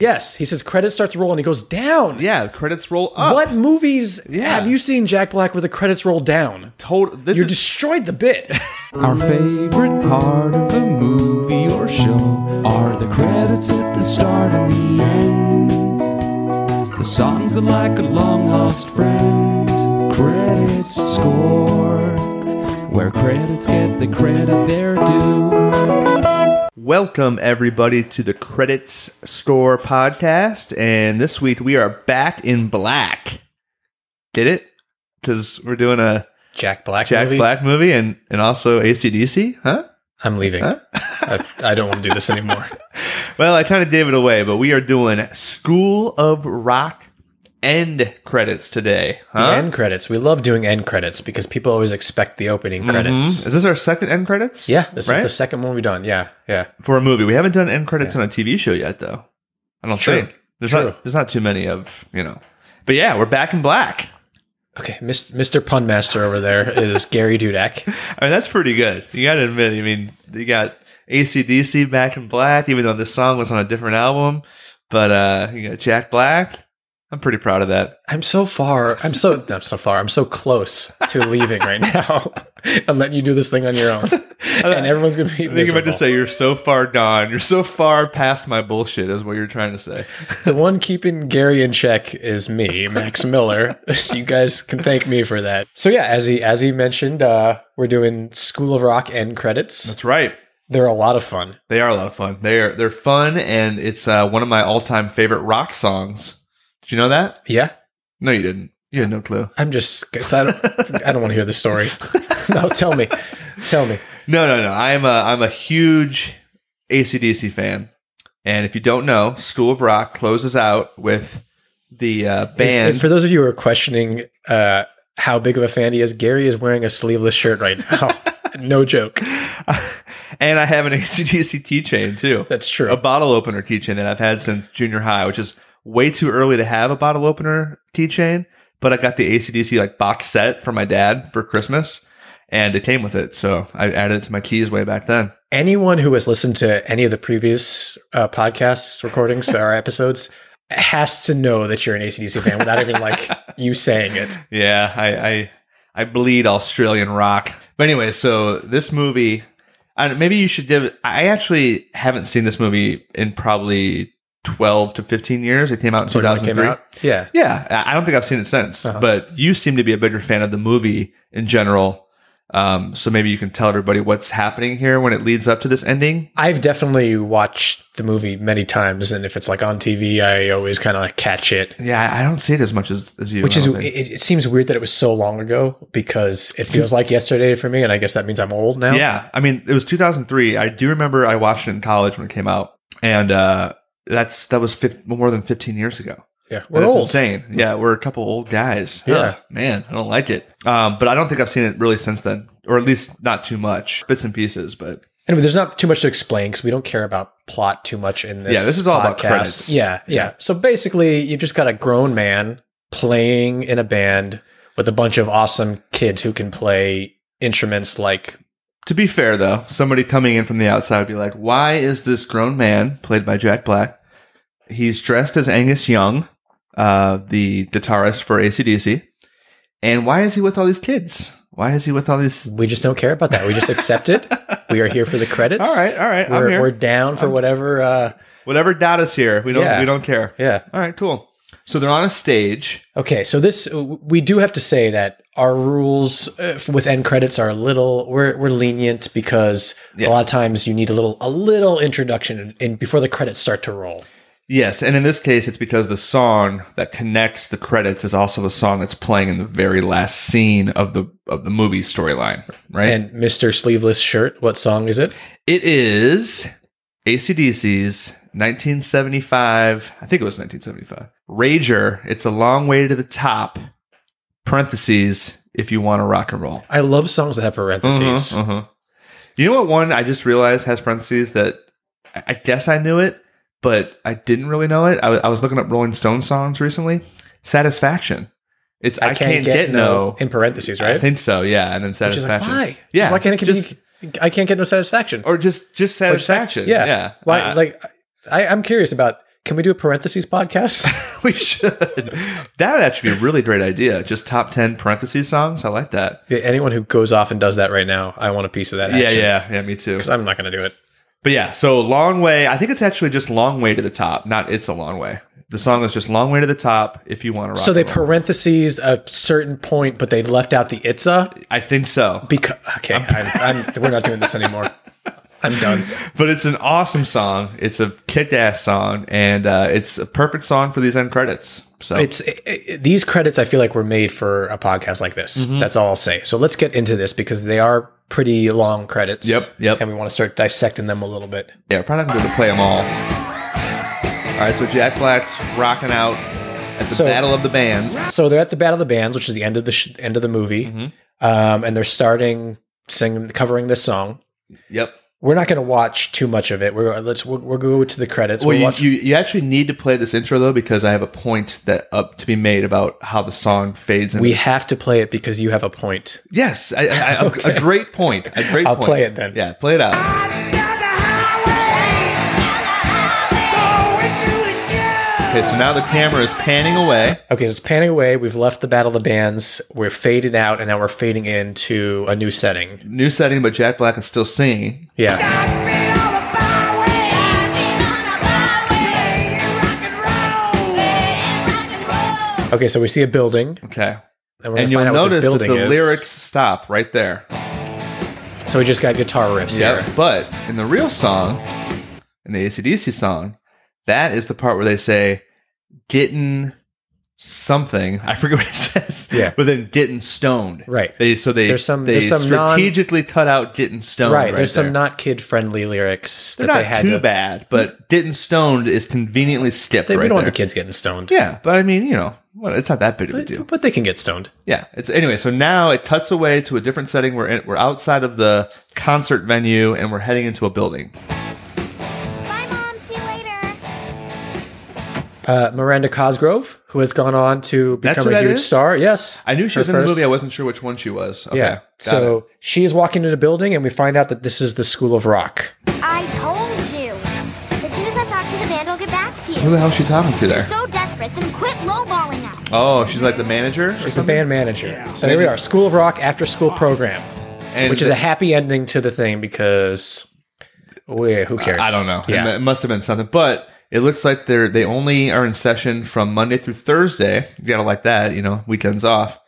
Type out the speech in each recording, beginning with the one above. Yes, he says credits start to roll and he goes down. Yeah, credits roll up. What movies Yeah. have you seen Jack Black with the credits roll down? Total. This You is destroyed the bit. Our favorite part of a movie or show are the credits at the start and the end. The songs are like a long lost friend. Credits score, where credits get the credit they're due. welcome everybody to the credits score podcast, and this week we are back in black. Get it? Because we're doing a Jack Black Jack Black movie and and also ACDC, huh? I'm leaving. Huh? I, I don't want to do this anymore. Well, I kind of gave it away, but we are doing School of Rock end credits today. Huh? The end credits. We love doing end credits because people always expect the opening Mhm. credits. Is this our second end credits? Yeah, this right? is the second one we've done. Yeah, yeah. for a movie. We haven't done end credits on a TV show yet, though. I don't True. think there's True. not there's not too many of you know. But yeah, we're back in black. Okay, Mis- Mr. Pun Master over there is Gary Dudek. I mean, that's pretty good. You got to admit. I mean, you got ACDC back in black, even though this song was on a different album. But uh you got Jack Black. I'm pretty proud of that. I'm so far. I'm so not so far. I'm so close to leaving right now. I'm letting you do this thing on your own, and everyone's gonna be. I think I'm about to miserable. say you're so far gone. You're so far past my bullshit, is what you're trying to say. the one keeping Gary in check is me, Max Miller. so you guys can thank me for that. So yeah, as he as he mentioned, uh, we're doing School of Rock end credits. That's right. They're a lot of fun. They are a lot of fun. They're they're fun, and it's uh, one of my all time favorite rock songs. Did you know that? Yeah, No, you didn't. You had no clue. I'm just. 'cause I don't. I don't want to hear the story. no, tell me, tell me. No, no, no. I'm a I'm a huge ACDC fan, and if you don't know, School of Rock closes out with the uh, And band. for those of you who are questioning uh, how big of a fan he is, Gary is wearing a sleeveless shirt right now. no joke. and I have an ACDC keychain too, That's true. a bottle opener keychain that I've had since junior high, which is way too early to have a bottle opener keychain. But I got the ACDC like box set from my dad for Christmas, and it came with it, so I added it to my keys way back then. Anyone who has listened to any of the previous uh, podcasts, recordings, or episodes has to know that you're an ACDC fan without even like you saying it. Yeah, I, I I bleed Australian rock. But anyway, so this movie, I don't- maybe you should give. I actually haven't seen this movie in probably twelve to fifteen years. It came out in two Sorry, when it thousand came three. out. Yeah. Yeah, I I don't think I've seen it since. Uh-huh. But you seem to be a bigger fan of the movie in general. Um, so maybe you can tell everybody what's happening here when it leads up to this ending. I've definitely watched the movie many times, and if it's like on TV, I always kind of like catch it. Yeah, I- I don't see it as much as, as you. Which I is don't it, think. it seems weird that it was so long ago because it feels like yesterday for me, and I guess that means I'm old now. Yeah, I mean, it was 2003. I do remember I watched it in college when it came out, and uh, that's that was fif- more than 15 years ago. yeah, we're that's old. insane. Yeah, we're a couple old guys. Yeah. Huh, man, I don't like it. Um, but I don't think I've seen it really since then, or at least not too much, bits and pieces. But Anyway, there's not too much to explain because we don't care about plot too much in this. Yeah, this is all about podcast. credits. Yeah, yeah, Yeah. So basically, you've just got a grown man playing in a band with a bunch of awesome kids who can play instruments like to be fair, though, somebody coming in from the outside would be like, "Why is this grown man played by Jack Black? He's dressed as Angus Young, uh, the guitarist for ACDC, and why is he with all these kids?" Why is he with all these we just don't care about that. We just accept it. We are here for the credits. All right, all right. I'm We're, here. we're down for whatever. Uh, Whatever dot is here, we don't Yeah. we don't care. yeah. All right, cool. So they're on a stage. Okay. So this uh, we do have to say that our rules uh, with end credits are a little we're we're lenient because Yeah. a lot of times you need a little a little introduction in, in before the credits start to roll. Yes, and in this case, it's because the song that connects the credits is also the song that's playing in the very last scene of the of the movie storyline. Right. And Mr. Sleeveless Shirt, what song is it? it is ACDC's 1975. I think it was 1975. Rager. It's a long way to the top. Parentheses. If you want to rock and roll. I love songs that have parentheses. Uh-huh, uh-huh. You know what one I just realized has parentheses that I I guess I knew it, but I didn't really know it. I wa- I was looking up Rolling Stone songs recently. Satisfaction. It's mm-hmm. I, can't, get, no. in parentheses, right? I think so. Yeah, and then Which is like, satisfaction. why? Yeah, Why can't I just- continue? I can't get no satisfaction. Or just just Or just- satisfaction. Yeah. yeah. Why? Uh, like, I, I'm curious about Can we do a parentheses podcast? we should. That would actually be a really great idea. Just top 10 parentheses songs. I like that. Yeah, Anyone who goes off and does that right now, I want a piece of that. Yeah, yeah, yeah, me too. Because I'm not going to do it. But yeah, so long way. I think it's actually just long way to the top, not it's a long way. The song is just long way to the top if you want to rock. So they and roll. parentheses a certain point, but they left out the itza I think so. because okay, I'm, I'm, we're not doing this anymore. I'm done. But it's an awesome song. It's a kick-ass song, and uh, it's a perfect song for these end credits. So It's it, it, these credits. I feel like were made for a podcast like this. Mm-hmm. That's all I'll say. So let's get into this because they are pretty long credits. Yep, yep. And we want to start dissecting them a little bit. yeah, probably not gonna be able to play them all. All right, so Jack Black's rocking out at the So- Battle of the Bands. So they're at the Battle of the Bands, which is the end of the sh- end of the movie, Mm-hmm. um, and they're starting singing, covering this song. Yep. We're not going to watch too much of it. We're let's we'll, we'll go to the credits. Well, we'll you, watch- you you actually need to play this intro though because I have a point that up to be made about how the song fades. in. we have to play it because you have a point. yes, I, I, I- a great point. A great. I'll point. play it then. Yeah, play it out. Okay, so now the camera is panning away. Okay, so it's panning away. We've left the Battle of the Bands. We're faded out, and now we're fading into a new setting. New setting, but Jack Black is still singing. Yeah. Okay, so we see a building, Okay. and we're And going to you'll find out what notice this that building the is. lyrics stop right there. So we just got guitar riffs Yeah. here. But in the real song, in the ACDC song, that is the part where they say, getting something. I forget what it says. Yeah. But then getting stoned. Right. They so they There's some- they there's some non- strategically cut out getting stoned. Right, Right. there's there. some not kid-friendly lyrics They're that not they had too to. bad, but getting stoned is conveniently skipped. They, right we don't there. want the kids getting stoned. Yeah, but I mean, you know, well, it's not that big of a But- deal. but they can get stoned. Yeah. It's anyway. So now it cuts away to a different setting. We're in, we're outside of the concert venue and we're heading into a building. Bye, Mom. See you later. Uh, Miranda Cosgrove, who has gone on to That's become who a that huge is? star. Yes, I knew she Her was in first- the movie. I wasn't sure which one she was. Okay, yeah. got So it. she is walking into a building, and we find out that this is the School of Rock. I told you. As soon as I talk to the band, I'll get back to you. who the hell is she talking to there? So desperate, then quit lowballing us. Oh, she's like the manager. or She's the something? band manager. So here we are, School of Rock after school program, And which is a the- happy ending to the thing because. Wait, who cares? I don't know. Yeah. It must have been something, but. It looks like they're they only are in session from Monday through Thursday. You gotta like that, you know, weekends off.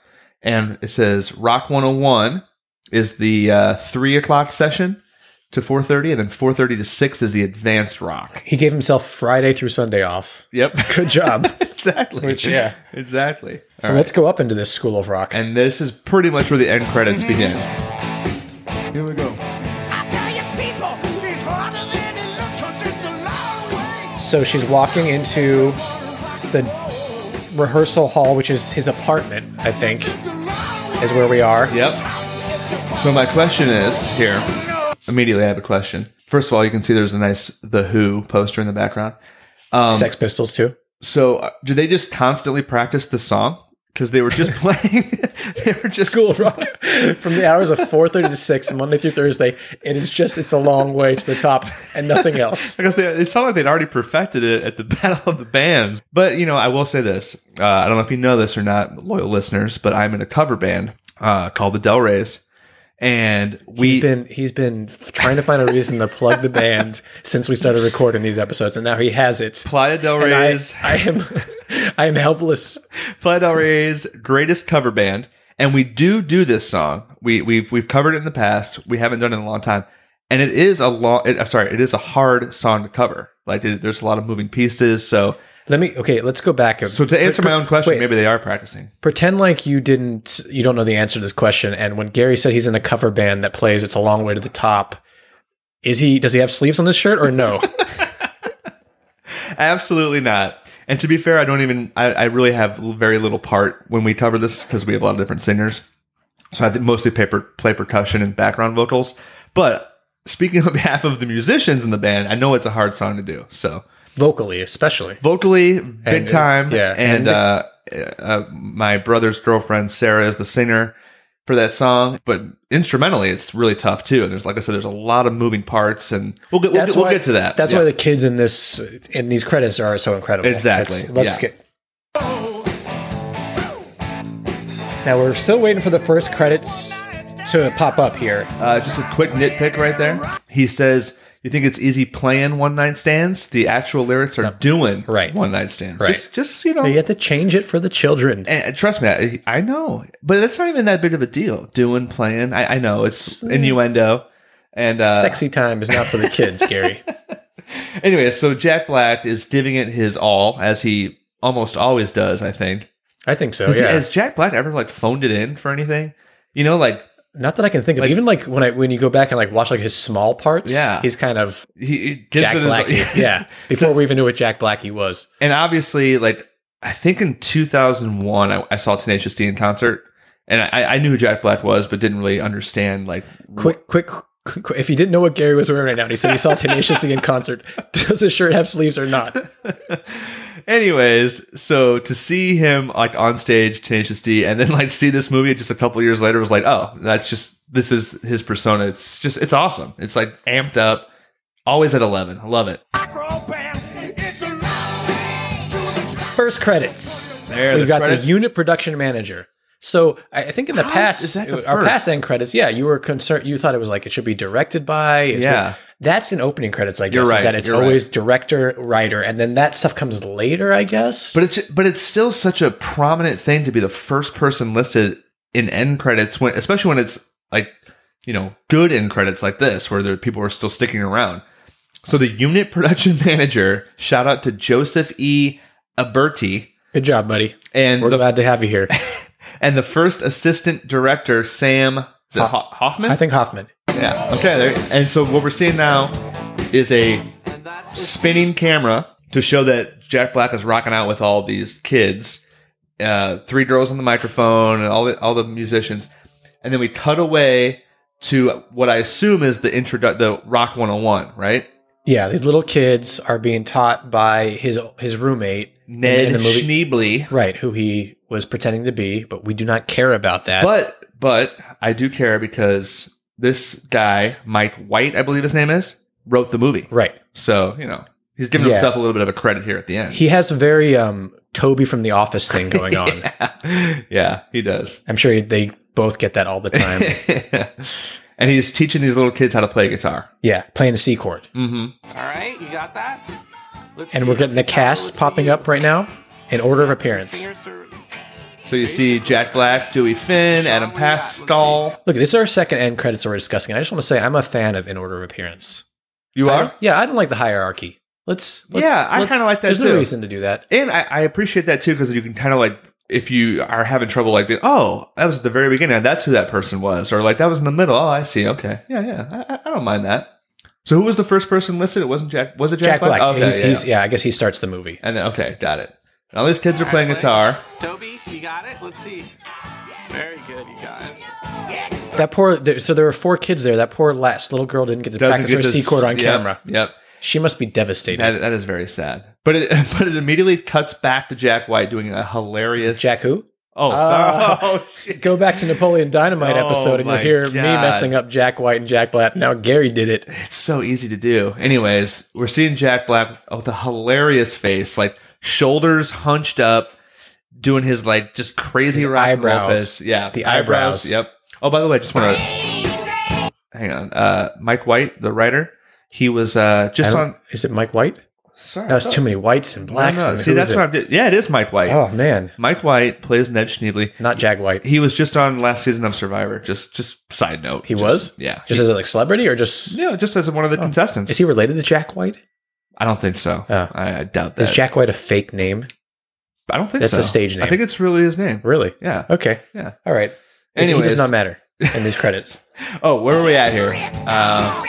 And it says Rock 101 is the uh, three o'clock session to 4:30, and then 4:30 to six is the advanced rock. He gave himself Friday through Sunday off. Yep. Good job. exactly. Which, yeah. Exactly. so All right. let's go up into this School of Rock. And this is pretty much where the end credits begin. Here we go. I tell you, people, it's harder than it looks 'cause it's a long way. So she's walking into the rehearsal hall, which is his apartment, I think, is where we are. Yep. So my question is here. Immediately, I have a question. First of all, you can see there's a nice The Who poster in the background. Um, Sex Pistols too. So, uh, do they just constantly practice the song? Because they were just playing. they were just School of Rock from the hours of 4:30 to 6 Monday through Thursday. It is just it's a long way to the top and nothing else. Because they, it sounded like they'd already perfected it at the Battle of the Bands. But, you know, I will say this. Uh, I don't know if you know this or not, loyal listeners, but I'm in a cover band uh, called the Del Reys. And He's we been he's been trying to find a reason to plug the band since we started recording these episodes and now he has it. Playa Del And I, Rey's, I am I am helpless. Playa Del Rey's greatest cover band, and we do do this song. We we've we've covered it in the past. We haven't done it in a long time, and it is a long. It, I'm sorry, it is a hard song to cover. Like it, there's a lot of moving pieces. So Let me okay, let's go back. a- so to answer my own question, Wait. maybe they are practicing. Pretend like you didn't, you don't know the answer to this question. And when Gary said he's in a cover band that plays "It's a Long Way to the Top," is he? Does he have sleeves on his shirt or no? Absolutely not. And to be fair, I don't even. I, I really have l- very little part when we cover this because we have a lot of different singers. So I th- mostly play, per- play percussion and background vocals. But speaking on behalf of the musicians in the band, I know it's a hard song to do. So Vocally, especially. vocally big And, uh, time yeah, and- and, uh, uh, my brother's girlfriend sarah is the singer for that song, but instrumentally it's really tough too. And there's like I said, there's a lot of moving parts, and we'll get we'll, get, we'll why- get to that. That's Yeah. why the kids in this in these credits are so incredible. Exactly. That's- Let's, Yeah. get. Now we're still waiting for the first credits to pop up here. Uh, just a quick nitpick right there. He says, "You think it's easy playing one night stands? The actual lyrics are doing Right. one night stands. Right. Just, just you know." You have to change it for the children. And and trust me, I, I know, but that's not even that big of a deal. Doing, playing, I, I know it's innuendo, and uh, Sexy time is not for the kids, Gary. Anyway, so Jack Black is giving it his all as he almost always does. I think. I think so. Has, Yeah. has Jack Black ever like phoned it in for anything? You know, like not that I can think of. Even like when I when you go back and like watch like his small parts. Yeah. He's kind of he, he gives Jack it his- Blackie. yeah. Before we even knew what Jack Blackie was. and obviously, like I think in 2001, I, I saw Tenacious D in concert, and I, I knew who Jack Black was, but didn't really understand. Like, Quick, quick, quick, quick. If you didn't know what Gary was wearing right now, and he said he saw Tenacious D in concert, does his shirt have sleeves or not? anyways, so to see him like on stage, Tenacious D, and then like see this movie just a couple years later was like, oh, that's just this is his persona. It's just it's awesome. It's like amped up, always at 11. I love it. First credits. There, We've the got credits. the unit production manager. So I I think in the How past, is that the our past first? end credits, yeah, you were concerned. You thought it was like it should be directed by. it's- Yeah. that's in opening credits. I guess You're is right, that it's you're right. always director, writer, and then that stuff comes later. I guess. But it's but it's still such a prominent thing to be the first person listed in end credits when especially when it's like you know good end credits like this where the people are still sticking around. So the unit production manager shout out to Joseph E. Aberti good job, buddy. and We're glad to have you here. and the first assistant director Sam is it Ho- Hoffman. I think Hoffman. yeah. Okay. There, and so what we're seeing now is a spinning camera to show that Jack Black is rocking out with all these kids, uh, three girls on the microphone, and all the all the musicians, and then we cut away to what I assume is the introdu- the Rock 101, right? Yeah, these little kids are being taught by his his roommate in the- Ned in the movie, Schneebly. right? Who he was pretending to be, but we do not care about that. But but I do care because this guy, Mike White, I believe his name is, wrote the movie. right, So, you know, he's giving Yeah. himself a little bit of a credit here at the end. he has a very um Toby from The Office thing going on. yeah. yeah, he does. I'm sure they both get that all the time. and he's teaching these little kids how to play guitar. yeah, playing a C chord, hmm All right, you got that? Let's and we're getting the cast popping up right now in order of appearance. So you see Jack Black, Dewey Finn, Adam uh, Pascal. Look, this is our second end credits that we're discussing. I just want to say I'm a fan of in order of appearance. You I are? don't- yeah, I don't like the hierarchy. Let's, let's Yeah, I let's- kinda like that There's too. no reason to do that. And I, I appreciate that too because you can kind of like if you are having trouble like being, oh that was at the very beginning that's who that person was or like that was in the middle oh I see okay yeah yeah I, I- I don't mind that. So who was the first person listed? It wasn't Jack. Was it Jack Jack, Black. Okay, he's, yeah. he's, yeah, I guess he starts the movie. And then okay, got it. And all these kids are playing guitar. Toby, you got it? Let's see. Very good, you guys. That poor. There, so there were four kids there. That poor last little girl didn't get to practice her this- C chord on yep, camera. Yep. She must be devastated. That, that is very sad. But it but it immediately cuts back to Jack White doing a hilarious Jack, who? Oh, Ah. sorry. Oh, shit. Go back to Napoleon Dynamite Oh episode, and you my hear me God. messing up Jack White and Jack Black. Now Gary did it. It's so easy to do. Anyways, we're seeing Jack Black with a hilarious face, like shoulders hunched up, doing his like just crazy His rock and roll eyebrows. fist. Yeah, The eyebrows. Yep. Oh, by the way, I just want to hang on. Uh, Mike White, the writer, he was uh, I just don't- on. Is it Mike White? Sorry, That was too many whites and blacks. No, no. and See, who that's is what it? I'm. Di- yeah, it is Mike White. Oh man, Mike White plays Ned Schneebly. not Jack White. He was just on last season of Survivor. Just, just side note. He Just- was? Yeah. Just as a like celebrity, or just yeah, just as one of the contestants. is he related to Jack White? I don't think so. Oh. I, I doubt that. Is Jack White a fake name? I don't think That's so. a stage I name. think it's really his name. Really? Yeah. Okay. Yeah. All right. It- Anyways, he does not matter in these credits. Oh, where are we at here? Uh,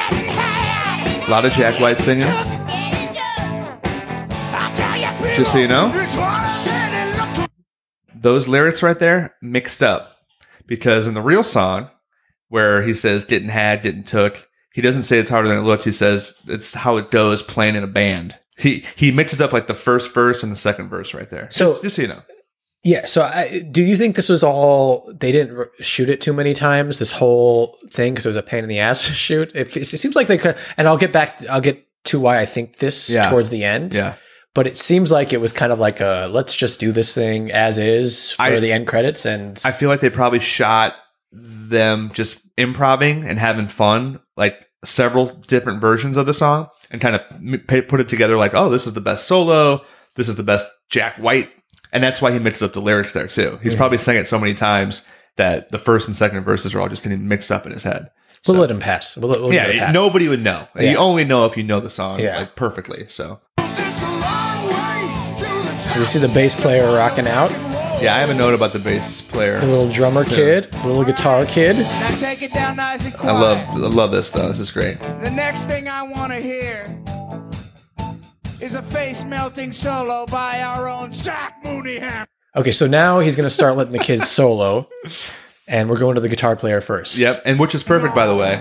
a lot of Jack White singing. Just so you know, those lyrics right there mixed up because in the real song where he says "didn't had, didn't took," he doesn't say it's harder than it looks. He says it's how it goes playing in a band. He he mixes up like the first verse and the second verse right there. So- just, just so you know, Yeah. So, I, do you think this was all they didn't r shoot it too many times? This whole thing because it was a pain in the ass to shoot. It, it seems like they could. And I'll get back. I'll get to why I think this Yeah. towards the end. Yeah. But it seems like it was kind of like a let's just do this thing as is for I- the end credits. And I feel like they probably shot them just improving and having fun, like several different versions of the song, and kind of m- pa- put it together. Like, oh, this is the best solo. This is the best Jack White, and that's why he mixes up the lyrics there too. He's probably sang it so many times that the first and second verses are all just getting mixed up in his head. we'll so- let him pass. We'll, let- we'll give it a yeah, pass. nobody would know. Yeah. You only know if you know the song Yeah. like perfectly. So So we see the bass player rocking out. yeah, I have a note about the bass player. The little drummer So- kid, the little guitar kid. Now take it down nice and I quiet. love I love this though. This is great. The next thing I want to hear is a face melting solo by our own Zach Mooneyham. Okay, so now he's gonna start letting the kids solo, and we're going to the guitar player first. Yep, and which is perfect by the way,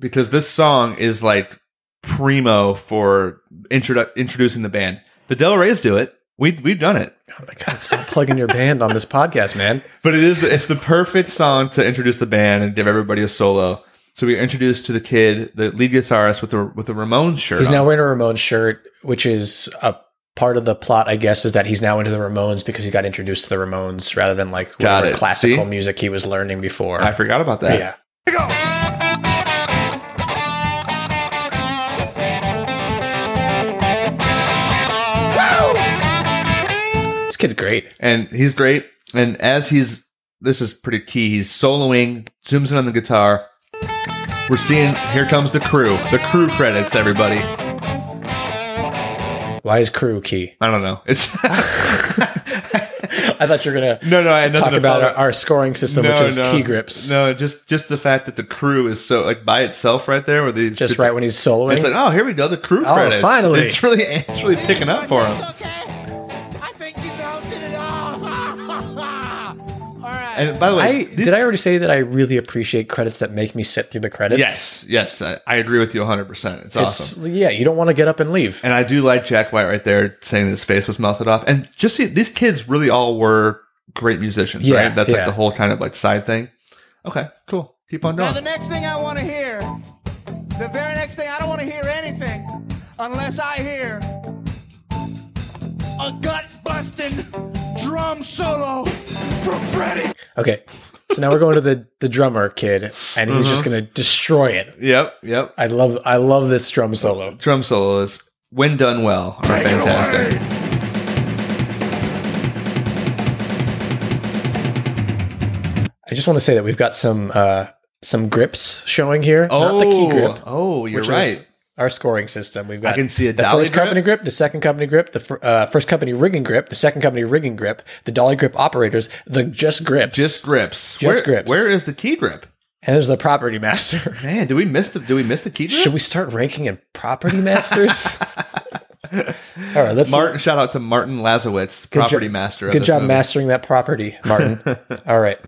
because this song is like primo for introdu- introducing the band. The Del Reys do it. We we've done it, Oh my god, stop plugging your band on this podcast, man. but it is the, it's the perfect song to introduce the band and give everybody a solo. So we are introduced to the kid, the lead guitarist with the with the Ramones shirt. He's on. now wearing a Ramones shirt, which is a part of the plot, I guess, is that he's now into the Ramones because he got introduced to the Ramones rather than like Got whatever it. classical See? music he was learning before. I forgot about that. yeah. This kid's great. and he's great. And as he's this is pretty key. He's soloing, zooms in on the guitar. We're seeing here comes the crew, the crew credits, everybody. Why is crew key? I don't know. It's I thought you were gonna no, no. I had nothing talk to about follow- our, our scoring system, No, which is no. key grips. No, just just the fact that the crew is so like by itself right there with these Just right when he's soloing. It's like oh here we go the crew Oh, credits. finally. it's really it's really picking up for him. I think you melted it off. All right. And by the way, I these- did I already say that I really appreciate credits that make me sit through the credits? yes yes I, I agree with you 100. percent It's awesome. It's yeah, you don't want to get up and leave. And I do like Jack White right there saying that his face was melted off. And just see, these kids really all were great musicians, Yeah, right? That's yeah. like the whole kind of like side thing. Okay, cool. Keep on Now, the going. next thing I want to hear, the very next thing, I don't want to hear anything unless I hear a gut busting drum solo from Freddie. Okay. So now we're going to the the drummer kid and he's Mm-hmm. just going to destroy it. Yep, yep. I love I love this drum solo. Drum solos, when done well, are fantastic. I just want to say that we've got some uh some grips showing here. Not the key grip. Oh, oh, you're which right. Is our scoring system. We've got. I can see a the dolly first company grip, the second company grip, the fir- uh, first company rigging grip, the second company rigging grip, the dolly grip operators, the just grips, Just grips. Just where, grips. Where is the key grip? and there's the property master. Man, do we miss the do we miss the key grip? Should we start ranking in property masters? All right, let's Martin, shout out to Martin Lazowitz, Good property jo- master. Of Good this job movie. mastering that property, Martin. All right.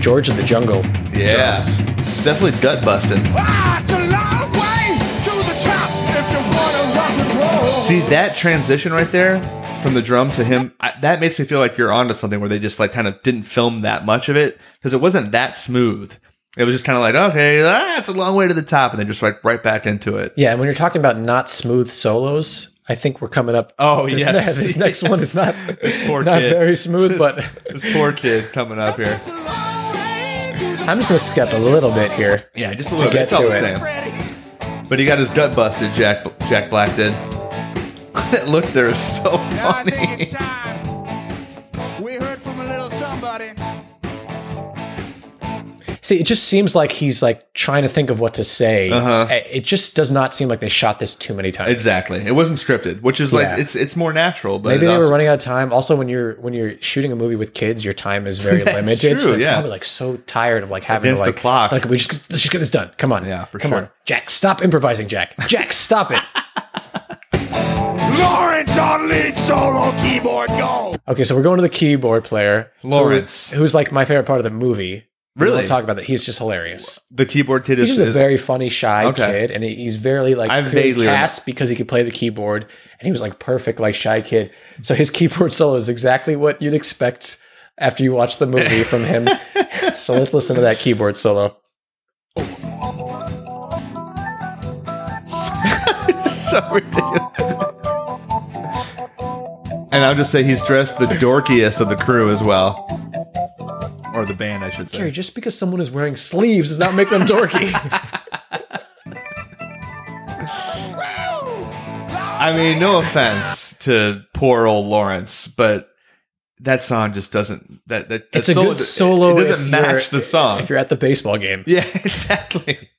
George of the Jungle. Yeah, drums. definitely gut busting. Ah, it's a long way to the top if you want to rock and roll. See that transition right there from the drum to him. I, that makes me feel like you're onto something where they just like kind of didn't film that much of it because it wasn't that smooth. It was just kind of like okay, ah, it's a long way to the top, and then just like right back into it. Yeah, and when you're talking about not smooth solos, I think we're coming up. Oh, this yes. ne- this next one is not This poor not kid. very smooth, but This poor kid coming up here. I'm just gonna skip a little bit here. Yeah, just a little get bit. It's all to the it. same. But he got his gut busted. Jack Jack Black did. that look there is so Now I think funny. it's time. We heard from a little somebody. See, it just seems like he's like trying to think of what to say. Uh-huh. I- It just does not seem like they shot this too many times. Exactly. It wasn't scripted, which is like Yeah. it's it's more natural. But Maybe it they were also- running out of time. Also, when you're when you're shooting a movie with kids, your time is very That's limited. true, so they're yeah. probably like so tired of like having Against to the like clock. Like we just let's just get this done. Come on, Yeah, for come sure. on, Jack, stop improvising, Jack. Jack, stop it. Lawrence on lead solo keyboard go. Okay, so we're going to the keyboard player, Lawrence. who's like my favorite part of the movie. We won't Really? talk about that. He's just hilarious. The keyboard kid He's is, just a is- very funny, shy Okay. kid, and he- he's very like I clearly vaguely cast because he could play the keyboard, and he was like perfect, like shy kid. So his keyboard solo is exactly what you'd expect after you watch the movie from him. so let's listen to that keyboard solo. it's so ridiculous. and I'll just say he's dressed the dorkiest of the crew as well, or the band, I should Gary, say. just because someone is wearing sleeves does not make them dorky. I mean, no offense to poor old Lawrence, but that song just doesn't that that, that it's a good d- solo. It if doesn't you're- match the song. If you're at the baseball game, Yeah, exactly.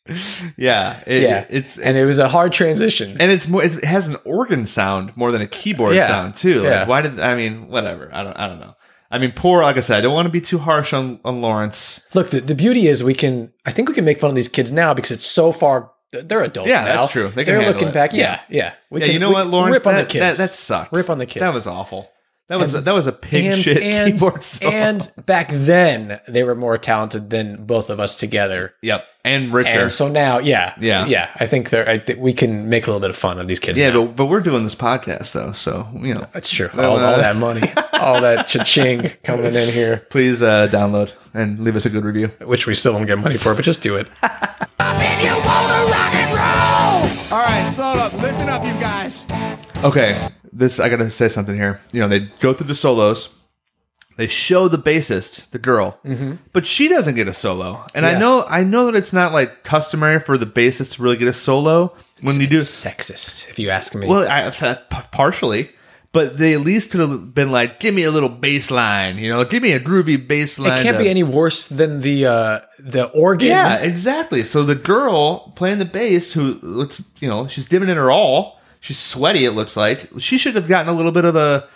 Yeah, it, Yeah. It's and it was a hard transition. and it's more. It has an organ sound more than a keyboard Yeah. sound too. Like, Yeah. why did I mean? Whatever. I don't. I don't know. I mean, poor. Like I said, I don't want to be too harsh on, on Lawrence. Look, the, the beauty is we can. I think we can make fun of these kids now because it's so far. They're adults. Yeah, now. that's true. They can are handle looking it. back. Yeah, yeah. We yeah, can- you know we what, can Lawrence? Rip on that, the kids. That, that sucked. Rip on the kids. That was awful. That was And- that was a pig and, shit and, keyboard song. and back then they were more talented than both of us together. yep, and richer. And so now, yeah, Yeah. yeah. I think they're. I think we can make a little bit of fun of these kids. yeah, now. but, but we're doing this podcast though, so you know, that's true. Well, all, all uh, that money, all that cha-ching coming in here, please uh, download and leave us a good review. which we still don't get money for, but just do it. All right, slow up. Listen up, you guys. Okay, this I gotta say something here. You know, they go through the solos. They show the bassist, the girl, but she doesn't get a solo. And I Mm-hmm. Yeah. know, I know that it's not like customary for the bassist to really get a solo when you do. It's sexist, if you ask me. Well, I, p- partially, but they at least could have been like, "Give me a little bass line," you know, "Give me a groovy bass line." it can't to- be any worse than the uh the organ. uh, Yeah, exactly. So the girl playing the bass, who looks, you know, she's giving it her all. She's sweaty. It looks like she should have gotten a little bit of a,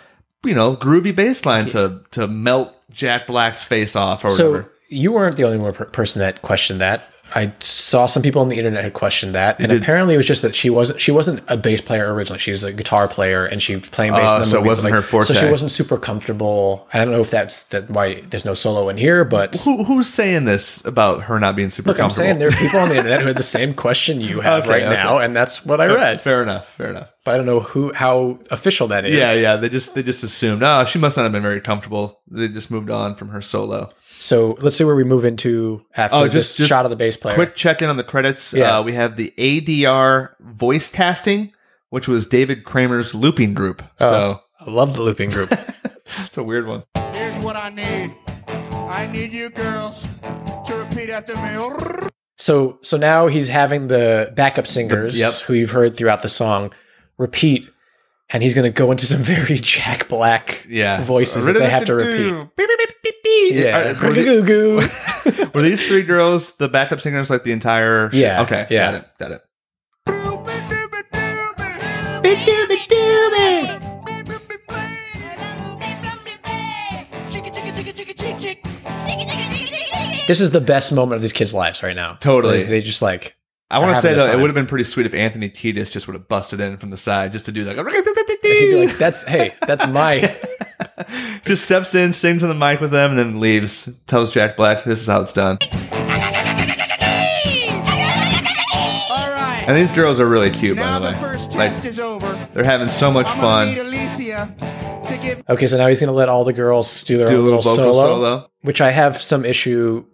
you know, groovy bass line to to melt Jack Black's face off or So whatever. you weren't the only one per- person that questioned that. I saw some people on the internet had questioned that, and did. apparently it was just that she wasn't she wasn't a bass player originally. She was a guitar player, and she was playing bass. Oh, in the so it movie, wasn't like- her forte. So she wasn't super comfortable. I don't know if that's that why there's no solo in here, but Who, who's saying this about her not being super look, I'm comfortable? saying there are people on the internet who had the same question you have Okay, right okay. now, and that's what I read. Fair enough. Fair enough. But I don't know who how official that is. Yeah, yeah. They just they just assumed. Oh, she must not have been very comfortable. They just moved on from her solo. So let's see where we move into after Oh, this just- just shot of the bass player. Quick check in on the credits. Yeah. Uh, we have the ADR voice casting, which was David Kramer's looping group. Oh. So I love the looping group. it's a weird one. Here's what I need. I need you girls to repeat after me. So so now he's having the backup singers yep. who you've heard throughout the song repeat and he's going to go into some very Jack Black Yeah. voices that they have to repeat. Yeah. Were, the- Goo-goo-goo. were these three girls the backup singers like the entire? sh- Yeah, Okay. yeah. Got it. Got it. This is the best moment of these kids' lives right now. Totally. They, they just like I want to having say the though, it time. would have been pretty sweet if Anthony Kiedis just would have busted in from the side just to do like. he'd be like that's hey, that's my just steps in, sings on the mic with them, and then leaves. Tells Jack Black, "This is how it's done." All right. And these girls are really cute, now by the the, way. first like test is over. they're having so much I'm fun. gonna need Alicia to give Okay, so now he's going to let all the girls do their Do own a little little vocal solo, solo. which I have some issue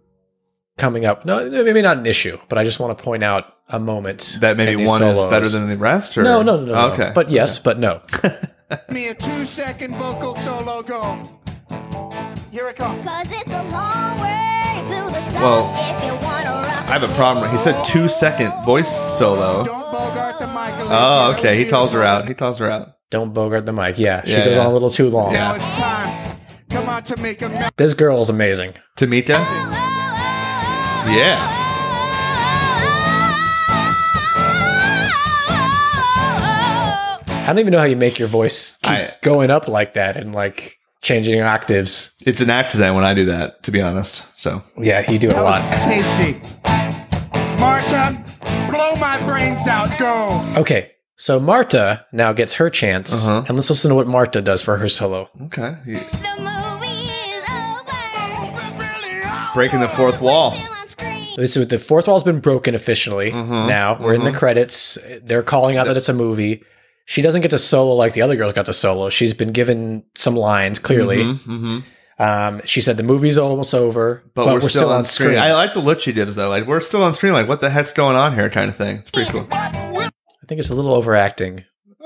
coming up. No, no, maybe not an issue, but I just want to point out a moment That maybe in these one is solos. better than the rest, or Oh, No, no, no, no. no. Okay, But yes, but no. me a two-second vocal solo go. Here it comes. Well, I have a problem. with- He said two second voice solo. Don't bogart the mic, Alicia. Oh, That okay. was He calls her beautiful. out. He calls her out. Don't bogart the mic. Yeah, she Yeah, goes yeah. on a little too long. Now Yeah. it's time. Come on, Tamika. Mel- This girl is amazing. Tamika. Yeah. I don't even know how you make your voice keep I- going up like that and like changing octaves. It's an accident when I do that, to be honest. So Yeah, you do it a That lot. was tasty. Marta, blow my brains out. Go. Okay, so Marta now gets her chance, Uh-huh. and let's listen to what Marta does for her solo. okay. He- The movie is over. Really? breaking the fourth wall. Still on screen. This is the fourth wall's been broken officially. Mhm, Now we're in mhm. the credits. They're calling out that it's a movie. She doesn't get to solo like the other girls got to solo. She's been given some lines clearly. hmm Um, she said the movie's almost over, But, we're, still, on screen. I like the look she gives though. Like we're still on screen. Like what the heck's going on here? Kind of thing. It's pretty cool. I think it's a little overacting.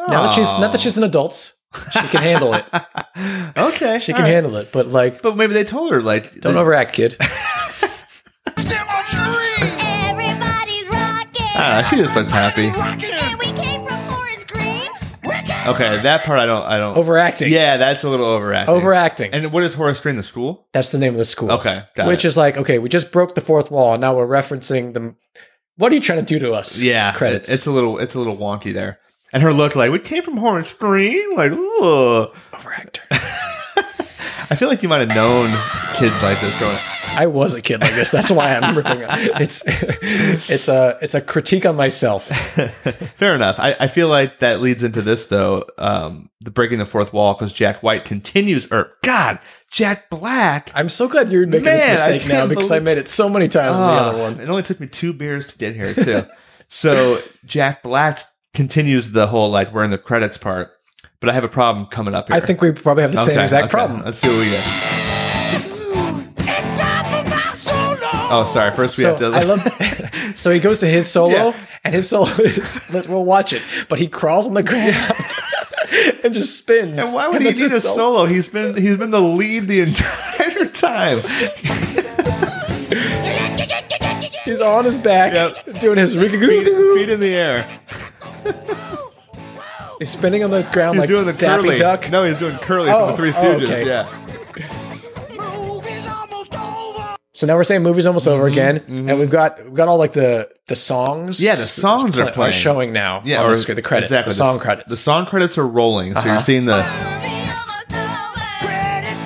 Now that she's not that she's an adult, she can handle it. okay, She all can right. handle it, but like, But maybe they told her like don't they- overact, kid. Still on screen! Everybody's rocking. Ah, she just looks happy. and we came from Horace Green. Okay, that part I don't. I don't. Overacting. Yeah, that's a little overacting. Overacting. And what is Horace Green? The school? That's the name of the school. Okay, got Which it. is like, okay, we just broke the fourth wall, and now we're referencing the. What are you trying to do to us? yeah, Credits. It, it's a little. It's a little wonky there. And her look, like we came from Horace Green. Like, ugh. overactor. I feel like you might have known kids like this growing. up. I was a kid like this. That's why I'm ripping. It. It's it's a it's a critique on myself. Fair enough. I, I feel like that leads into this though, um, the breaking the fourth wall because Jack White continues. Or God, Jack Black. I'm so glad you're making Man, I this mistake now can't because I believe- made it so many times in the Ah, other one. It only took me two beers to get here too. so Jack Black continues the whole like we're in the credits part, but I have a problem coming up here. I think we probably have the same Okay, exact okay. problem. Let's see what we get. It's time for my solo! Oh, sorry. First we So have to. I love. so he goes to his solo, Yeah. and his solo is. let- We'll watch it, but he crawls on the ground and just spins. And why would he that's need a his solo? He's been he's been the lead the entire time. He's on his back, Yep. doing his Feet, rigagoo. feet in the air. He's spinning on the ground He's like doing the Daffy curly. Duck. No, he's doing curly Oh, from the Three oh, Stooges. okay. Yeah. Movie's almost over! So now we're saying movie's almost over Mm-hmm, again, and we've got we've got all like the the songs. Yeah, the songs are playing. showing now. Yeah, on or- the, screen, the credits, exactly, the song s- credits. The song credits are rolling, so you're Uh-huh. seeing the Credits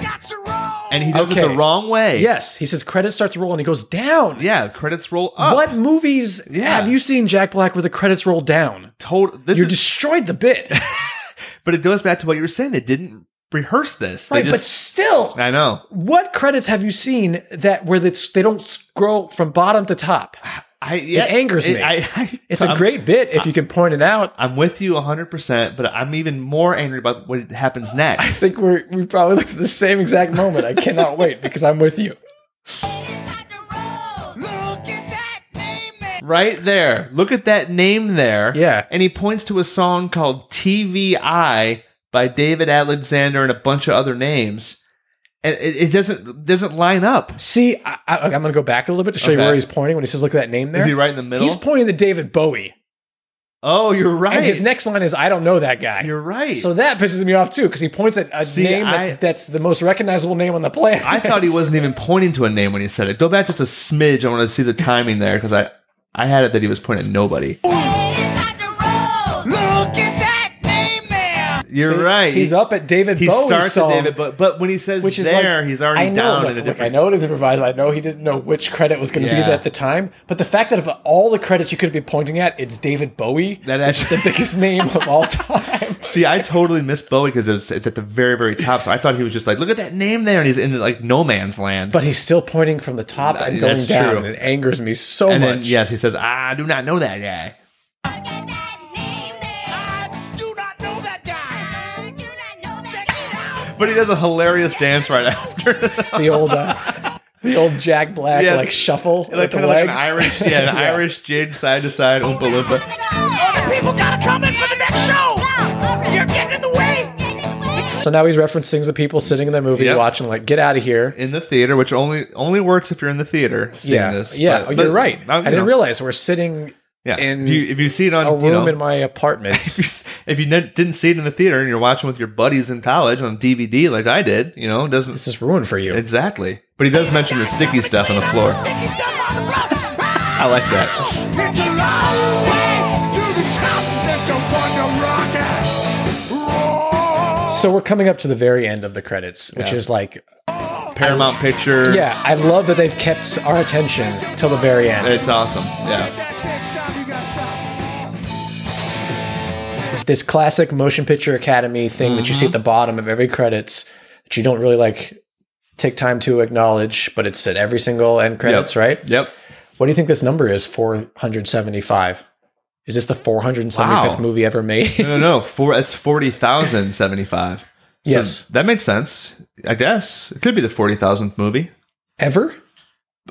got to roll! and he does it the Okay. wrong way. Yes, he says credit starts to roll and he goes down. yeah. Credits roll up. What movies Yeah. have you seen Jack Black where the credits roll down? Total. This you is, destroyed the bit, but it goes back to what you were saying. They didn't rehearse this. They right? but just. still, I know. what credits have you seen that where it's, they don't scroll from bottom to top? I yeah, angers me. I, I, It's a I'm- great bit if you can point it out. I'm with you 100, percent but I'm even more angry about what happens I next. think we're we probably looked at the same exact moment. I cannot wait because I'm with you. Look at that name there! right there. Look at that name there. Yeah. And he points to a song called TVI by David Alexander and a bunch of other names. And it, it doesn't doesn't line up. See, I, I, I'm going to go back a little bit to show you Okay. where he's pointing when he says, "Look at that name there." Is he right in the middle? He's pointing to David Bowie, oh, you're right. and his next line is, "I don't know that guy." you're right. So that pisses me off too, because he points at a See, name I- that's, that's the most recognizable name on the planet. I thought he wasn't even pointing to a name when he said it. Go back just a smidge. I want to see the timing there because I I had it that he was pointing at nobody. Look at that name there! You're See? right. He's up at David He Bowie's starts song, at David, but but when he says which is there, like, he's already I know down that- in a look, different. I know it is improvised. I know he didn't know which credit was going to Yeah. be at the time, but the fact that of all the credits you could be pointing at, it's David Bowie. That which is the actually- biggest name of all time. See, I totally missed Bowie because it's it's at the very very top. So I thought he was just like, look at that name there, and he's in like no man's land. But he's still pointing from the top and going That's down, true. and it angers me so and much. then yes, he says, "Ah, I do not know that guy. I do not know that guy! Check it out! But he does a hilarious dance right after, the old uh, the old Jack Black Yeah. like shuffle like with the kind of like an legs. Irish, yeah, an Irish jig side to side, oompa loompa. Other people gotta come in for the next show! You're getting in the way! so now he's referencing the people sitting in the movie Yep. watching, like, get out of here. in the theater, which only only works if you're in the theater. Seeing Yeah, this, yeah, But- oh, but, you're right. um, I you didn't know, realize we're sitting Yeah, in if you if you see it on a room you know, in my apartment. if you didn't didn't see it in the theater and you're watching with your buddies in college on DVD like I did, you know, it doesn't this is ruined for you. exactly. But he does mention the sticky stuff on the floor. Sticky stuff on the floor! Ah! I like that. It's a long way to the top! There's a bunch of rockets! Roar! So we're coming up to the very end of the credits, which Yeah. is like, Paramount Picture. yeah, I love that they've kept our attention till the very end. it's awesome. Yeah, That's it, stop, you gotta stop. this Mm-hmm. classic motion picture academy thing that you see at the bottom of every credits that you don't really like take time to acknowledge, but it's at every single end credits, right? Yep. What do you think this number is? 475. Is this the 475th Wow. movie ever made? No, no, no. Four. It's forty thousand seventy-five. So Yes. that makes sense. I guess it could be the forty thousandth movie. ever?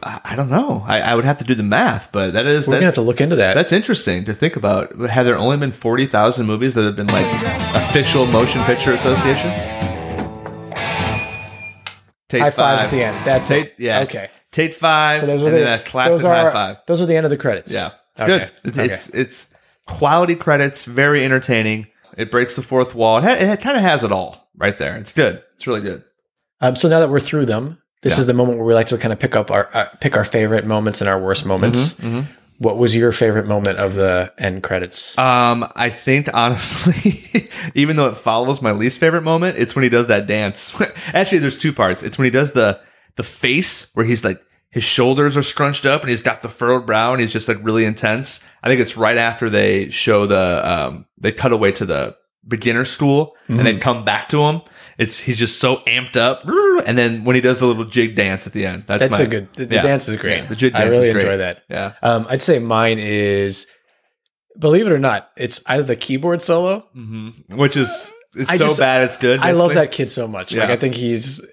I, I don't know. I, I would have to do the math, but that is We're going to have to that's, look into that. that's interesting to think about. But Have there only been forty thousand movies that have been like official Motion Picture Association? Take high fives at the end. That's Tate, it. yeah. Okay. Tate five, So those are and the then a classic those are, high five. Those are the end of the credits. Yeah, it's Okay. good. It's, Okay. it's it's quality credits, very entertaining. It breaks the fourth wall. It, ha- it kind of has it all right there. It's good. It's really good. Um, so now that we're through them, this Yeah. is the moment where we like to kind of pick up our uh, pick our favorite moments and our worst moments. Mm-hmm. What was your favorite moment of the end credits? Um, I think honestly, even though it follows my least favorite moment, it's when he does that dance. Actually, there's two parts. It's when he does the the face where he's like his shoulders are scrunched up and he's got the furrowed brow and he's just like really intense. I think it's right after they show the um they cut away to the beginner school and Mm-hmm. then come back to him. It's he's just so amped up, and then when he does the little jig dance at the end, that's, That's my, a good. The, the yeah. dance is great. Yeah, the jig I dance really is great. enjoy that. Yeah, Um, I'd say mine is, believe it or not, it's either the keyboard solo. which is it's Mm-hmm. I so just- bad it's good. I love basically. that kid so much. Like Yeah. I think he's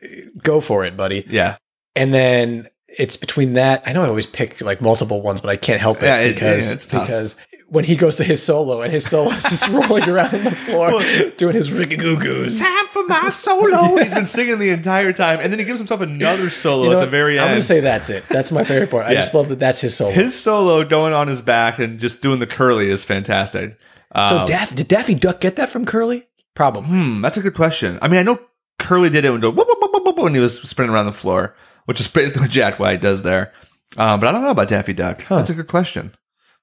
go for it, buddy. Yeah, And then it's between that. I know I always pick like multiple ones, but I can't help it Yeah, it- because yeah, it's tough. because when he goes to his solo and his solo is just rolling around on the floor doing his rigagoos. time for my solo. He's been singing the entire time, and then he gives himself another solo You know at the what? very I'm end. gonna say that's it. That's my favorite part. I Yeah. just love that that's his solo. his solo going on his back and just doing the curly is fantastic. so Um, Daff, did Daffy Duck get that from Curly? Probably. hmm, that's a good question. I mean, I know Curly did it when, whoop, whoop, whoop, whoop, whoop, when he was spinning around the floor, which is basically what Jack White does there. Um, but I don't know about Daffy Duck. That's a good question.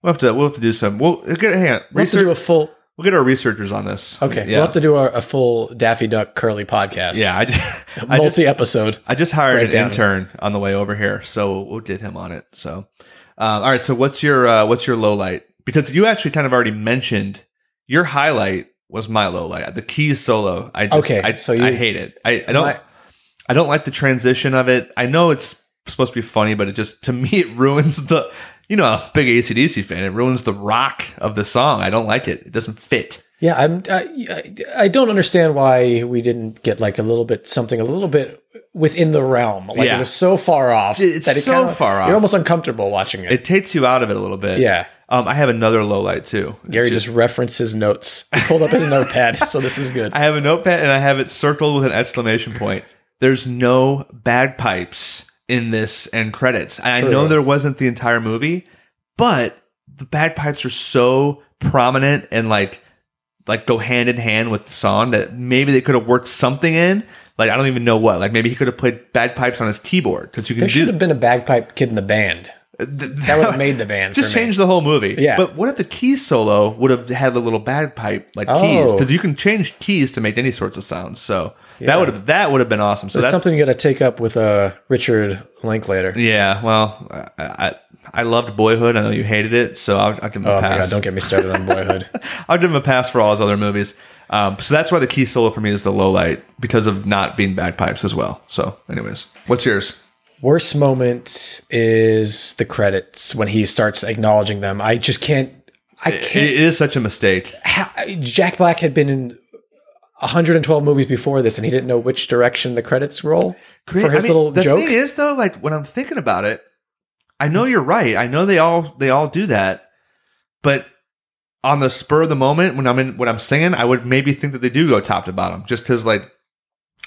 We'll have to we'll have to do some. We'll get hang on, We'll have to research. do a full. we'll get our researchers on this. Okay, Yeah. we'll have to do our, a full Daffy Duck Curly podcast. yeah. I just, I just- multi episode. I just hired an Breakdown. intern on the way over here, so we'll get him on it. So, um, all right. So, what's your uh, what's your low light? Because you actually kind of already mentioned your highlight was my low light, the keys solo. I just, Okay, I, so you- I hate it. I, I don't My- I don't like the transition of it. I know it's supposed to be funny, but it just to me it ruins the you know I'm a big ACDC fan. It ruins the rock of the song. I don't like it. It doesn't fit. Yeah, I'm. I, I I don't understand why we didn't get like a little bit something a little bit within the realm. Like Yeah. it was so far off. It's so far off. You're almost uncomfortable watching it. It takes you out of it a little bit. yeah. Um, I have another low light too. It's Gary just referenced his notes. He pulled up his notepad, so this is good. I have a notepad and I have it circled with an exclamation point. There's no bagpipes in this end credits. And I know True. there wasn't the entire movie, but the bagpipes are so prominent and like like go hand in hand with the song that maybe they could have worked something in. Like I don't even know what. Like maybe he could have played bagpipes on his keyboard because you can there should have do been a bagpipe kid in the band. That would have made the band. just for me. change the whole movie. Yeah. But what if the key solo would have had the little bagpipe like Oh. keys? Because you can change keys to make any sorts of sounds. So that would have that would have been awesome. So That's that's something you got to take up with uh, Richard Linklater. Yeah. Well, I, I I loved Boyhood. I know you hated it, so I'll, I'll give him a Oh my pass. god! Don't get me started on Boyhood. I'll give him a pass for all his other movies. Um, so that's why the key solo for me is the low light because of not being bagpipes as well. So, anyways, what's yours? Worst moment is the credits when he starts acknowledging them. I just can't. I It, can't. it is such a mistake. ha- Jack Black had been in 112 movies before this, and he didn't know which direction the credits roll for Great. his I mean, little the joke. thing is, though, like when I'm thinking about it, I know you're right. I know they all they all do that, but on the spur of the moment when I'm in when I'm singing, I would maybe think that they do go top to bottom, just because like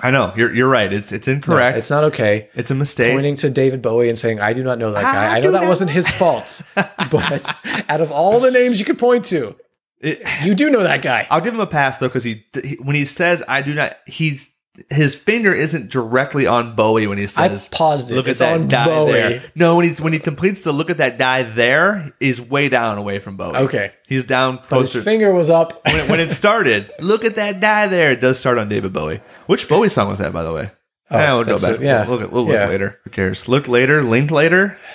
I know you're you're right. It's it's No, incorrect. it's not okay. It's a mistake. Pointing to David Bowie and saying, "I do not know that I guy." I, do know that not wasn't know- his fault, but out of all the names you could point to, It- you do know that guy. I'll give him a pass though, because he, he when he says "I do not," he's his finger isn't directly on Bowie when he I says. paused it. Look at it's that on die Bowie. there. No, when he's when he completes the look at that die there, he's way down away from Bowie. Okay. he's down But his closer. finger was up. when, it, when it started, look at that die there. It does start on David Bowie. Which Bowie song was that, by the way? Oh, Eh, we'll go that's back. it, yeah. we'll, look, we'll look Yeah. later. Who cares? Look later. Link later.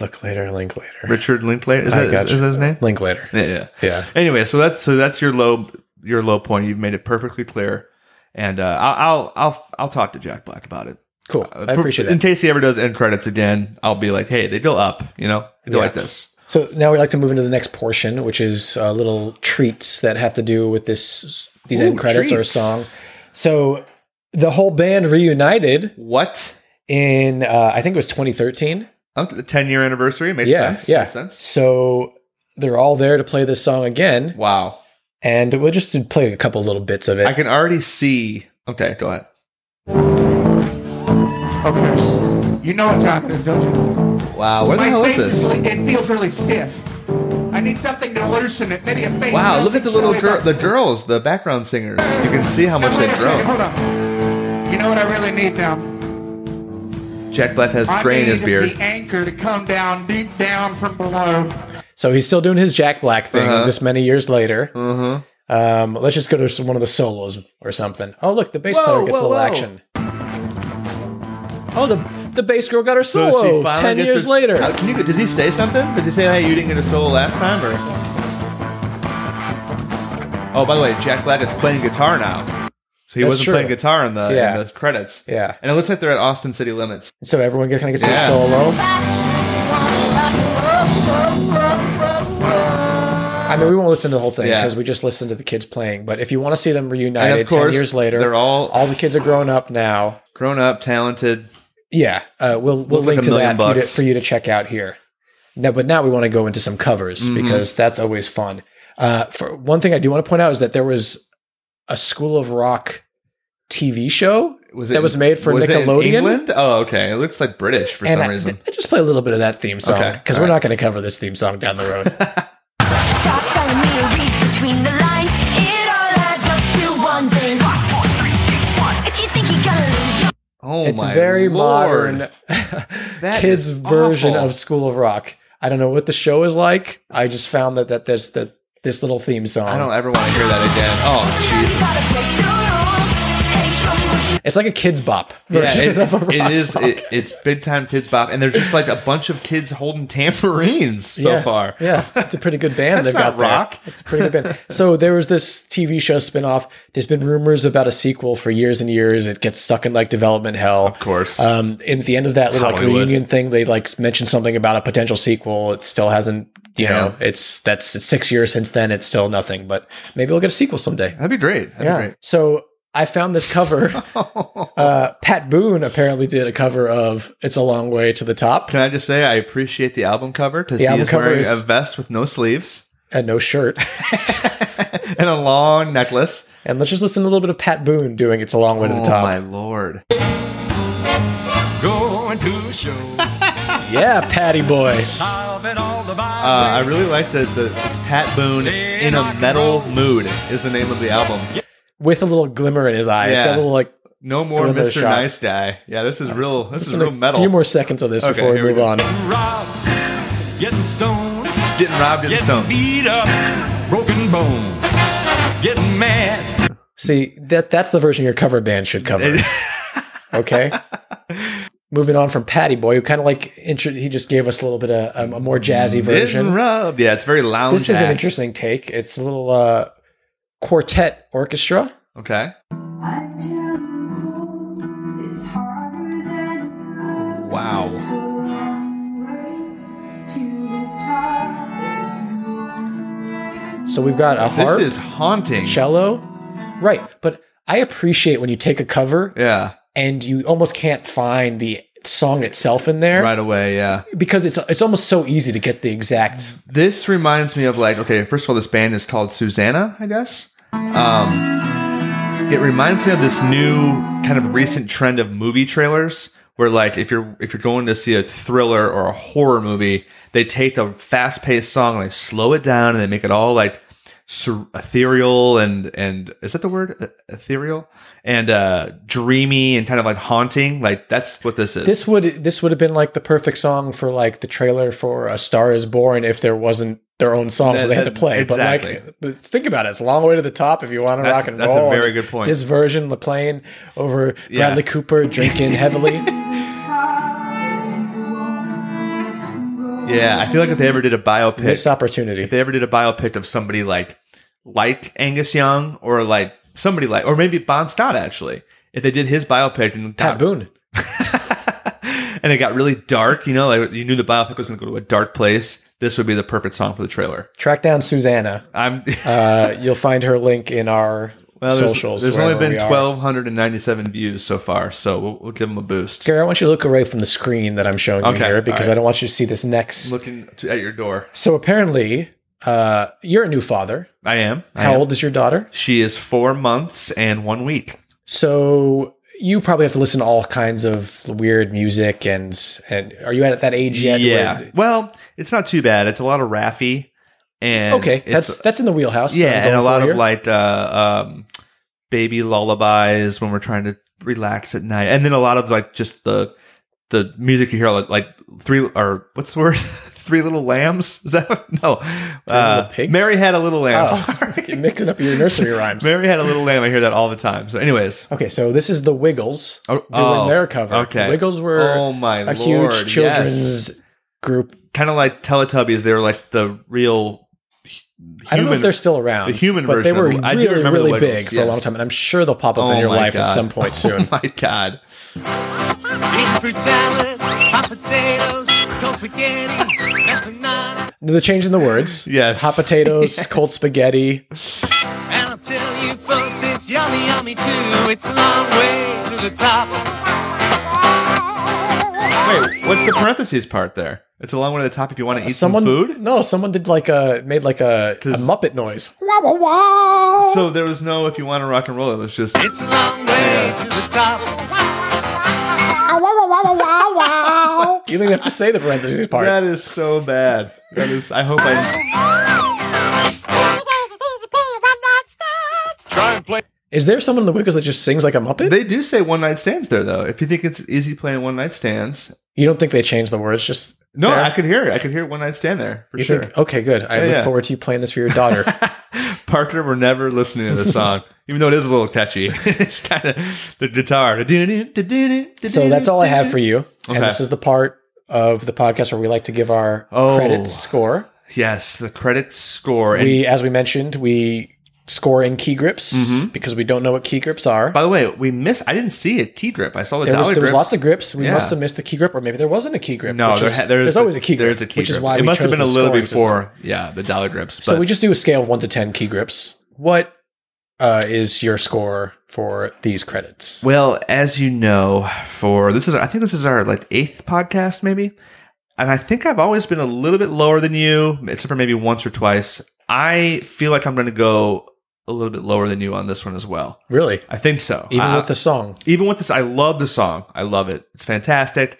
Look later, link later, Richard Link later. Is I that is, gotcha. is that his name? link later. Yeah, yeah. Yeah. Anyway, so that's so that's your low your low point. You've made it perfectly clear, and uh, I'll, I'll I'll I'll talk to Jack Black about it. Cool. Uh, I for- appreciate In that. case he ever does end credits again, I'll be like, hey, they go up, you know, they go Yeah. like this. So now we like to move into the next portion, which is uh, little treats that have to do with this these end Ooh, credits or treats. songs. So the whole band reunited What? in uh, I think it was 2013. Um, the 10 year anniversary makes yeah, sense. yeah. Makes sense. So they're all there to play this song again, Wow. and we'll just play a couple little bits of it. I can already see. Okay, go ahead. Okay. You know what time it is, don't you? Wow, what the My hell is face is, this? li- it feels really stiff. I need something to loosen it. Maybe a face. Wow, look at the melting little soda. girl, the girls, the background singers. You can see how Now, much wait a they've second, grown. Hold on. You know what I really need now? Jack Black has I gray in need his beard. the anchor to come down deep down from below. so he's still doing his Jack Black thing Uh-huh. this many years later. Uh-huh. Um, let's just go to some- one of the solos or something. Oh, look, the bass Whoa, player gets whoa, a little whoa. action. Oh, the the bass girl got her So she solo finally ten gets years her- later. How- can you, does he say something? Does he say, "Hey, you didn't get a solo last time"? Or oh, by the way, Jack Black is playing guitar now, so he That's wasn't true. playing guitar in the, Yeah. in the credits. Yeah. and it looks like they're at Austin City Limits. So everyone kind of gets a Yeah. solo. I mean, we won't listen to the whole thing Yeah. because we just listened to the kids playing. But if you want to see them And reunited of course, ten years later, they're all, all the kids are grown up now. grown up, talented. Yeah, uh, we'll we'll Look like link a to that million for you to, bucks. for you to check out here. Now, but now we want to go into some covers Mhm. because that's always fun. Uh, for one thing, I do want to point out is that there was a School of Rock TV show, Was That was made for was it in Nickelodeon? England? Oh, okay. It looks like British for and some I, reason. I just play a little bit of that theme song Okay, because all we're right. not going to cover this theme song down the road. Stop telling me to read between the lines. It all adds up to one thing. If you think you're gonna lose your oh it's my very lord! modern That kids is version awful. of School of Rock. I don't know what the show is like. I just found that that there's that this little theme song. I don't ever want to hear that again. Oh, now you gotta break the rules. Hey, show me what you It's like a kids bop Yeah, version it- of a rock it is. song. It, it's big time kids bop, and they're just like a bunch of kids holding tambourines so Yeah, far. yeah, it's a pretty good band. That's they've not got there. rock. It's a pretty good band. So there was this TV show spinoff. There's been rumors about a sequel for years and years. It gets stuck in like development hell. Of course. Um, and at the end of that little like Hollywood. reunion thing, they like mentioned something about a potential sequel. It still hasn't. You Yeah. know, it's that's it's six years since then. It's still nothing. But maybe we'll get a sequel someday. That'd be great. That'd yeah. be great. So I found this cover. uh, Pat Boone apparently did a cover of "It's a Long Way to the Top" Can I just say I appreciate the album cover because he album is cover wearing is- a vest with no sleeves and no shirt. and a long necklace. And let's just listen to a little bit of Pat Boone doing It's a Long Way to the Oh Top. my lord! Going to show. Yeah, Patty Boy. Solving all the Uh, I really like the, the it's Pat Boone in a metal mood is the name of the album. With a little glimmer in his eye. It's got a Yeah. little like No more Glimmer Mr. shot. Uh, Nice Guy. Yeah, this is real. This is listen to real metal. a few more seconds of this Okay, before we here we move go. on. robbed, getting stoned, Getting robbed, getting stoned. beat up, broken bone, getting mad. See, that that's the version your cover band should cover. okay? Moving on from Patty Boy, who kind of like intro- he just gave us a little bit of um, a, a more jazzy Getting version. robbed. Yeah, it's very lounge. This is an act. interesting take. It's a little uh, quartet orchestra. Okay. Wow. So we've got a harp, This is haunting. cello, right? But I appreciate when you take a cover yeah. and you almost can't find the song itself in there Right away, yeah. because it's it's almost so easy to get the exact This reminds me of like, okay, first of all, this band is called Susanna, I guess. Um, it reminds me of this new kind of recent trend of movie trailers where like if you're if you're going to see a thriller or a horror movie, they take a fast paced song and they slow it down and they make it all like ser- ethereal and and is that the word E- ethereal and uh dreamy and kind of like haunting like that's what this is this would this would have been like the perfect song for like the trailer for a star is born if there wasn't their own song so That- they had to that- play but exactly. like but think about it it's a long way to the top if you want to That's- rock and that's a roll very And good point. this version the playing over Yeah. bradley cooper drinking heavily Yeah, I feel like if they ever did a biopic, missed opportunity if they ever did a biopic of somebody like like Angus Young or like somebody like, or maybe Bon Scott actually, if they did his biopic and pat boone and it got really dark. You know, like you knew the biopic was going to go to a dark place. This would be the perfect song for the trailer. Track down Susanna. I'm Uh, you'll find her link in our well, there's, socials. There's only wherever been we are. 1,297 views so far, so we'll, we'll give them a boost. Gary, I want you to look away from the screen that I'm showing you Okay, here because all right. I don't want you to see this next. Looking to, at your door, So apparently, uh, you're a new father. I am. I How am. old is your daughter? She is four months and one week. So you probably have to listen to all kinds of weird music and and are you at that age yet? where- Well, it's not too bad. It's a lot of Raffy, and okay, it's- that's that's in the wheelhouse. that I'm yeah, and going a for lot here. of like uh, um, baby lullabies when we're trying to relax at night, and then a lot of like just the the music you hear like, like three or what's the word? three little lambs? Is that no? Uh, Pigs? Mary had a little lamb. Oh. You're Sorry. mixing up your nursery rhymes. Mary had a little lamb. I hear that all the time. So, anyways, Okay, so this is the Wiggles Oh, doing oh, their cover. okay. Wiggles were oh my a lord, huge children's group. kind of like Teletubbies. They were like the real. Human, I don't know if they're still around. the human but they version were of the- I do really, remember the really Wiggles, big for a long yes. time, and I'm sure they'll pop up in Oh your my life at God. some point soon. Oh my god. Beef fruit salad, hot potatoes, cold spaghetti, empanada, the change in the words. Yes. hot potatoes, cold spaghetti. and I'll tell you folks, it's yummy, yummy too. It's a long way to the top. Wait, what's the parentheses part there? It's a long way to the top if you want to eat Someone some food. No, someone did like a made like a, a 'Cause- Muppet noise. So there was no if you want to rock and roll. It was just It's a long way Yeah. to the top. You don't even have to say the parentheses part. that is so bad. That is. I hope I. Is there someone in the Wiggles that just sings like a Muppet? They do say one night stands there though. If you think it's easy playing one night stands, you don't think they changed the words? Just no, there? I could hear it. I could hear one night stand there for you sure. think? Okay, good. I Yeah, look yeah. forward to you playing this for your daughter. Parker, we're never listening to this song, even though it is a little catchy. it's kind of the guitar. so that's all I have for you. And Okay. this is the part of the podcast where we like to give our Oh. credit score. Yes, the credits score. And we, as we mentioned, we score in key grips Mhm. because we don't know what key grips are. by the way, we missed. I didn't see a key grip. I saw the there was, dolly there was grip. lots of grips. We Yeah. must have missed the key grip, or maybe there wasn't a key grip. No, which there is- ha- there's, there's always a key grip. There's a key which is grip. why it we must have chose been a the little scoring system. before. Yeah, the dollar grips. But So we just do a scale of one to ten key grips. What uh, is your score for these credits? well, as you know, for this is I think this is our like eighth podcast maybe, and I think I've always been a little bit lower than you, except for maybe once or twice. I feel like I'm going to go a little bit lower than you on this one as well. Really, I think so. even I- with the song, even with this, I love the song. I love it. It's fantastic.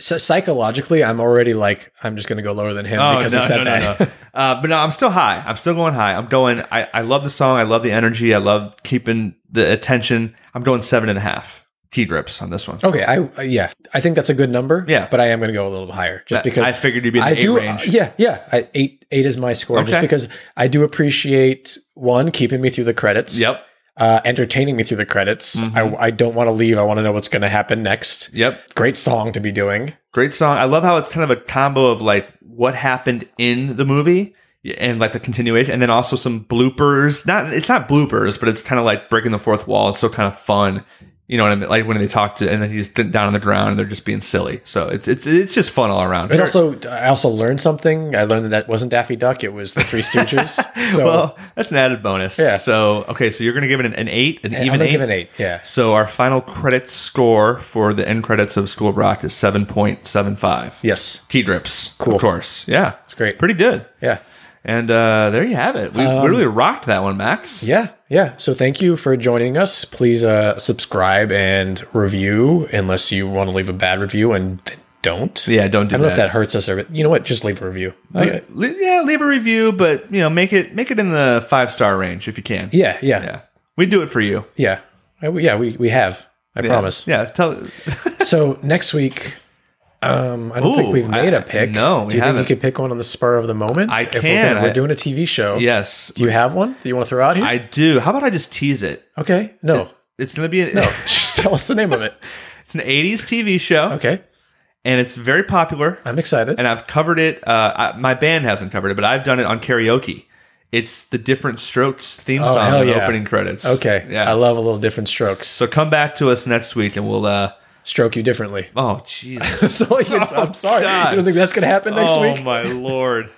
so psychologically, I'm already like I'm just going to go lower than him because he said that. Oh, no. Uh, but no, I'm still high. I'm still going high. I'm going. I, I love the song. I love the energy. I love keeping the attention. I'm going seven and a half key grips on this one. okay, I uh, yeah, I think that's a good number. Yeah. but I am going to go a little higher just because I figured you'd be in the I eight do, range. yeah, yeah. I, eight, eight is my score, just Okay. because I do appreciate one keeping me through the credits. Yep. Mm-hmm. uh, entertaining me through the credits. I, I don't want to leave. I want to know what's going to happen next. Yep. Great song to be doing. Great song. I love how it's kind of a combo of like what happened in the movie and like the continuation, and then also some bloopers. Not it's not bloopers, but it's kind of like breaking the fourth wall. It's still kind of fun. You know what I mean? Like when they talk to, and then he's down on the ground, and they're just being silly. So it's it's it's just fun all around. But also, I also learned something. I learned that that wasn't Daffy Duck. It was the Three Stooges. So well, that's an added bonus. Yeah. So okay, so you're gonna give it an, an eight, an I'm even gonna eight. give it an eight. Yeah. So our final credits score for the end credits of School of Rock is seven point seven five. Yes. Key grips, Cool. of course. Yeah, it's great. Pretty good. Yeah. Um, And uh, there you have it. We we really rocked that one, Max. Yeah. Yeah. So thank you for joining us. Please uh, subscribe and review unless you want to leave a bad review and th- don't. Yeah, I don't do don't know if that. that hurts us or you know what? Just leave a review. I- Le- yeah, leave a review, but you know, make it make it in the five star range if you can. yeah, yeah. Yeah. yeah. We do it for you. Yeah. I- we- yeah we, we have. I Yeah. promise. Yeah, tell. So next week, um, I don't think Ooh, we've made a I- pick. no, we Do you haven't. think you could pick one on the spur of the moment? I If we're can. gonna- We're, I- doing a TV show. yes, Do you have one that you want to throw out here? I do. How about I just tease it? okay. No. It's gonna be an, No. Just tell us the name of it. it's an '80s TV show. Okay. and it's very popular. I'm excited. And I've covered it. Uh, I, my band hasn't covered it, but I've done it on karaoke. It's the Different Strokes theme Oh, song hell and yeah. opening credits. okay. yeah. I love a little different strokes. so come back to us next week, and we'll uh, stroke you differently. Oh Jesus! so like, it's, I'm sorry. Oh, God. You don't think that's going to happen next oh week? my lord!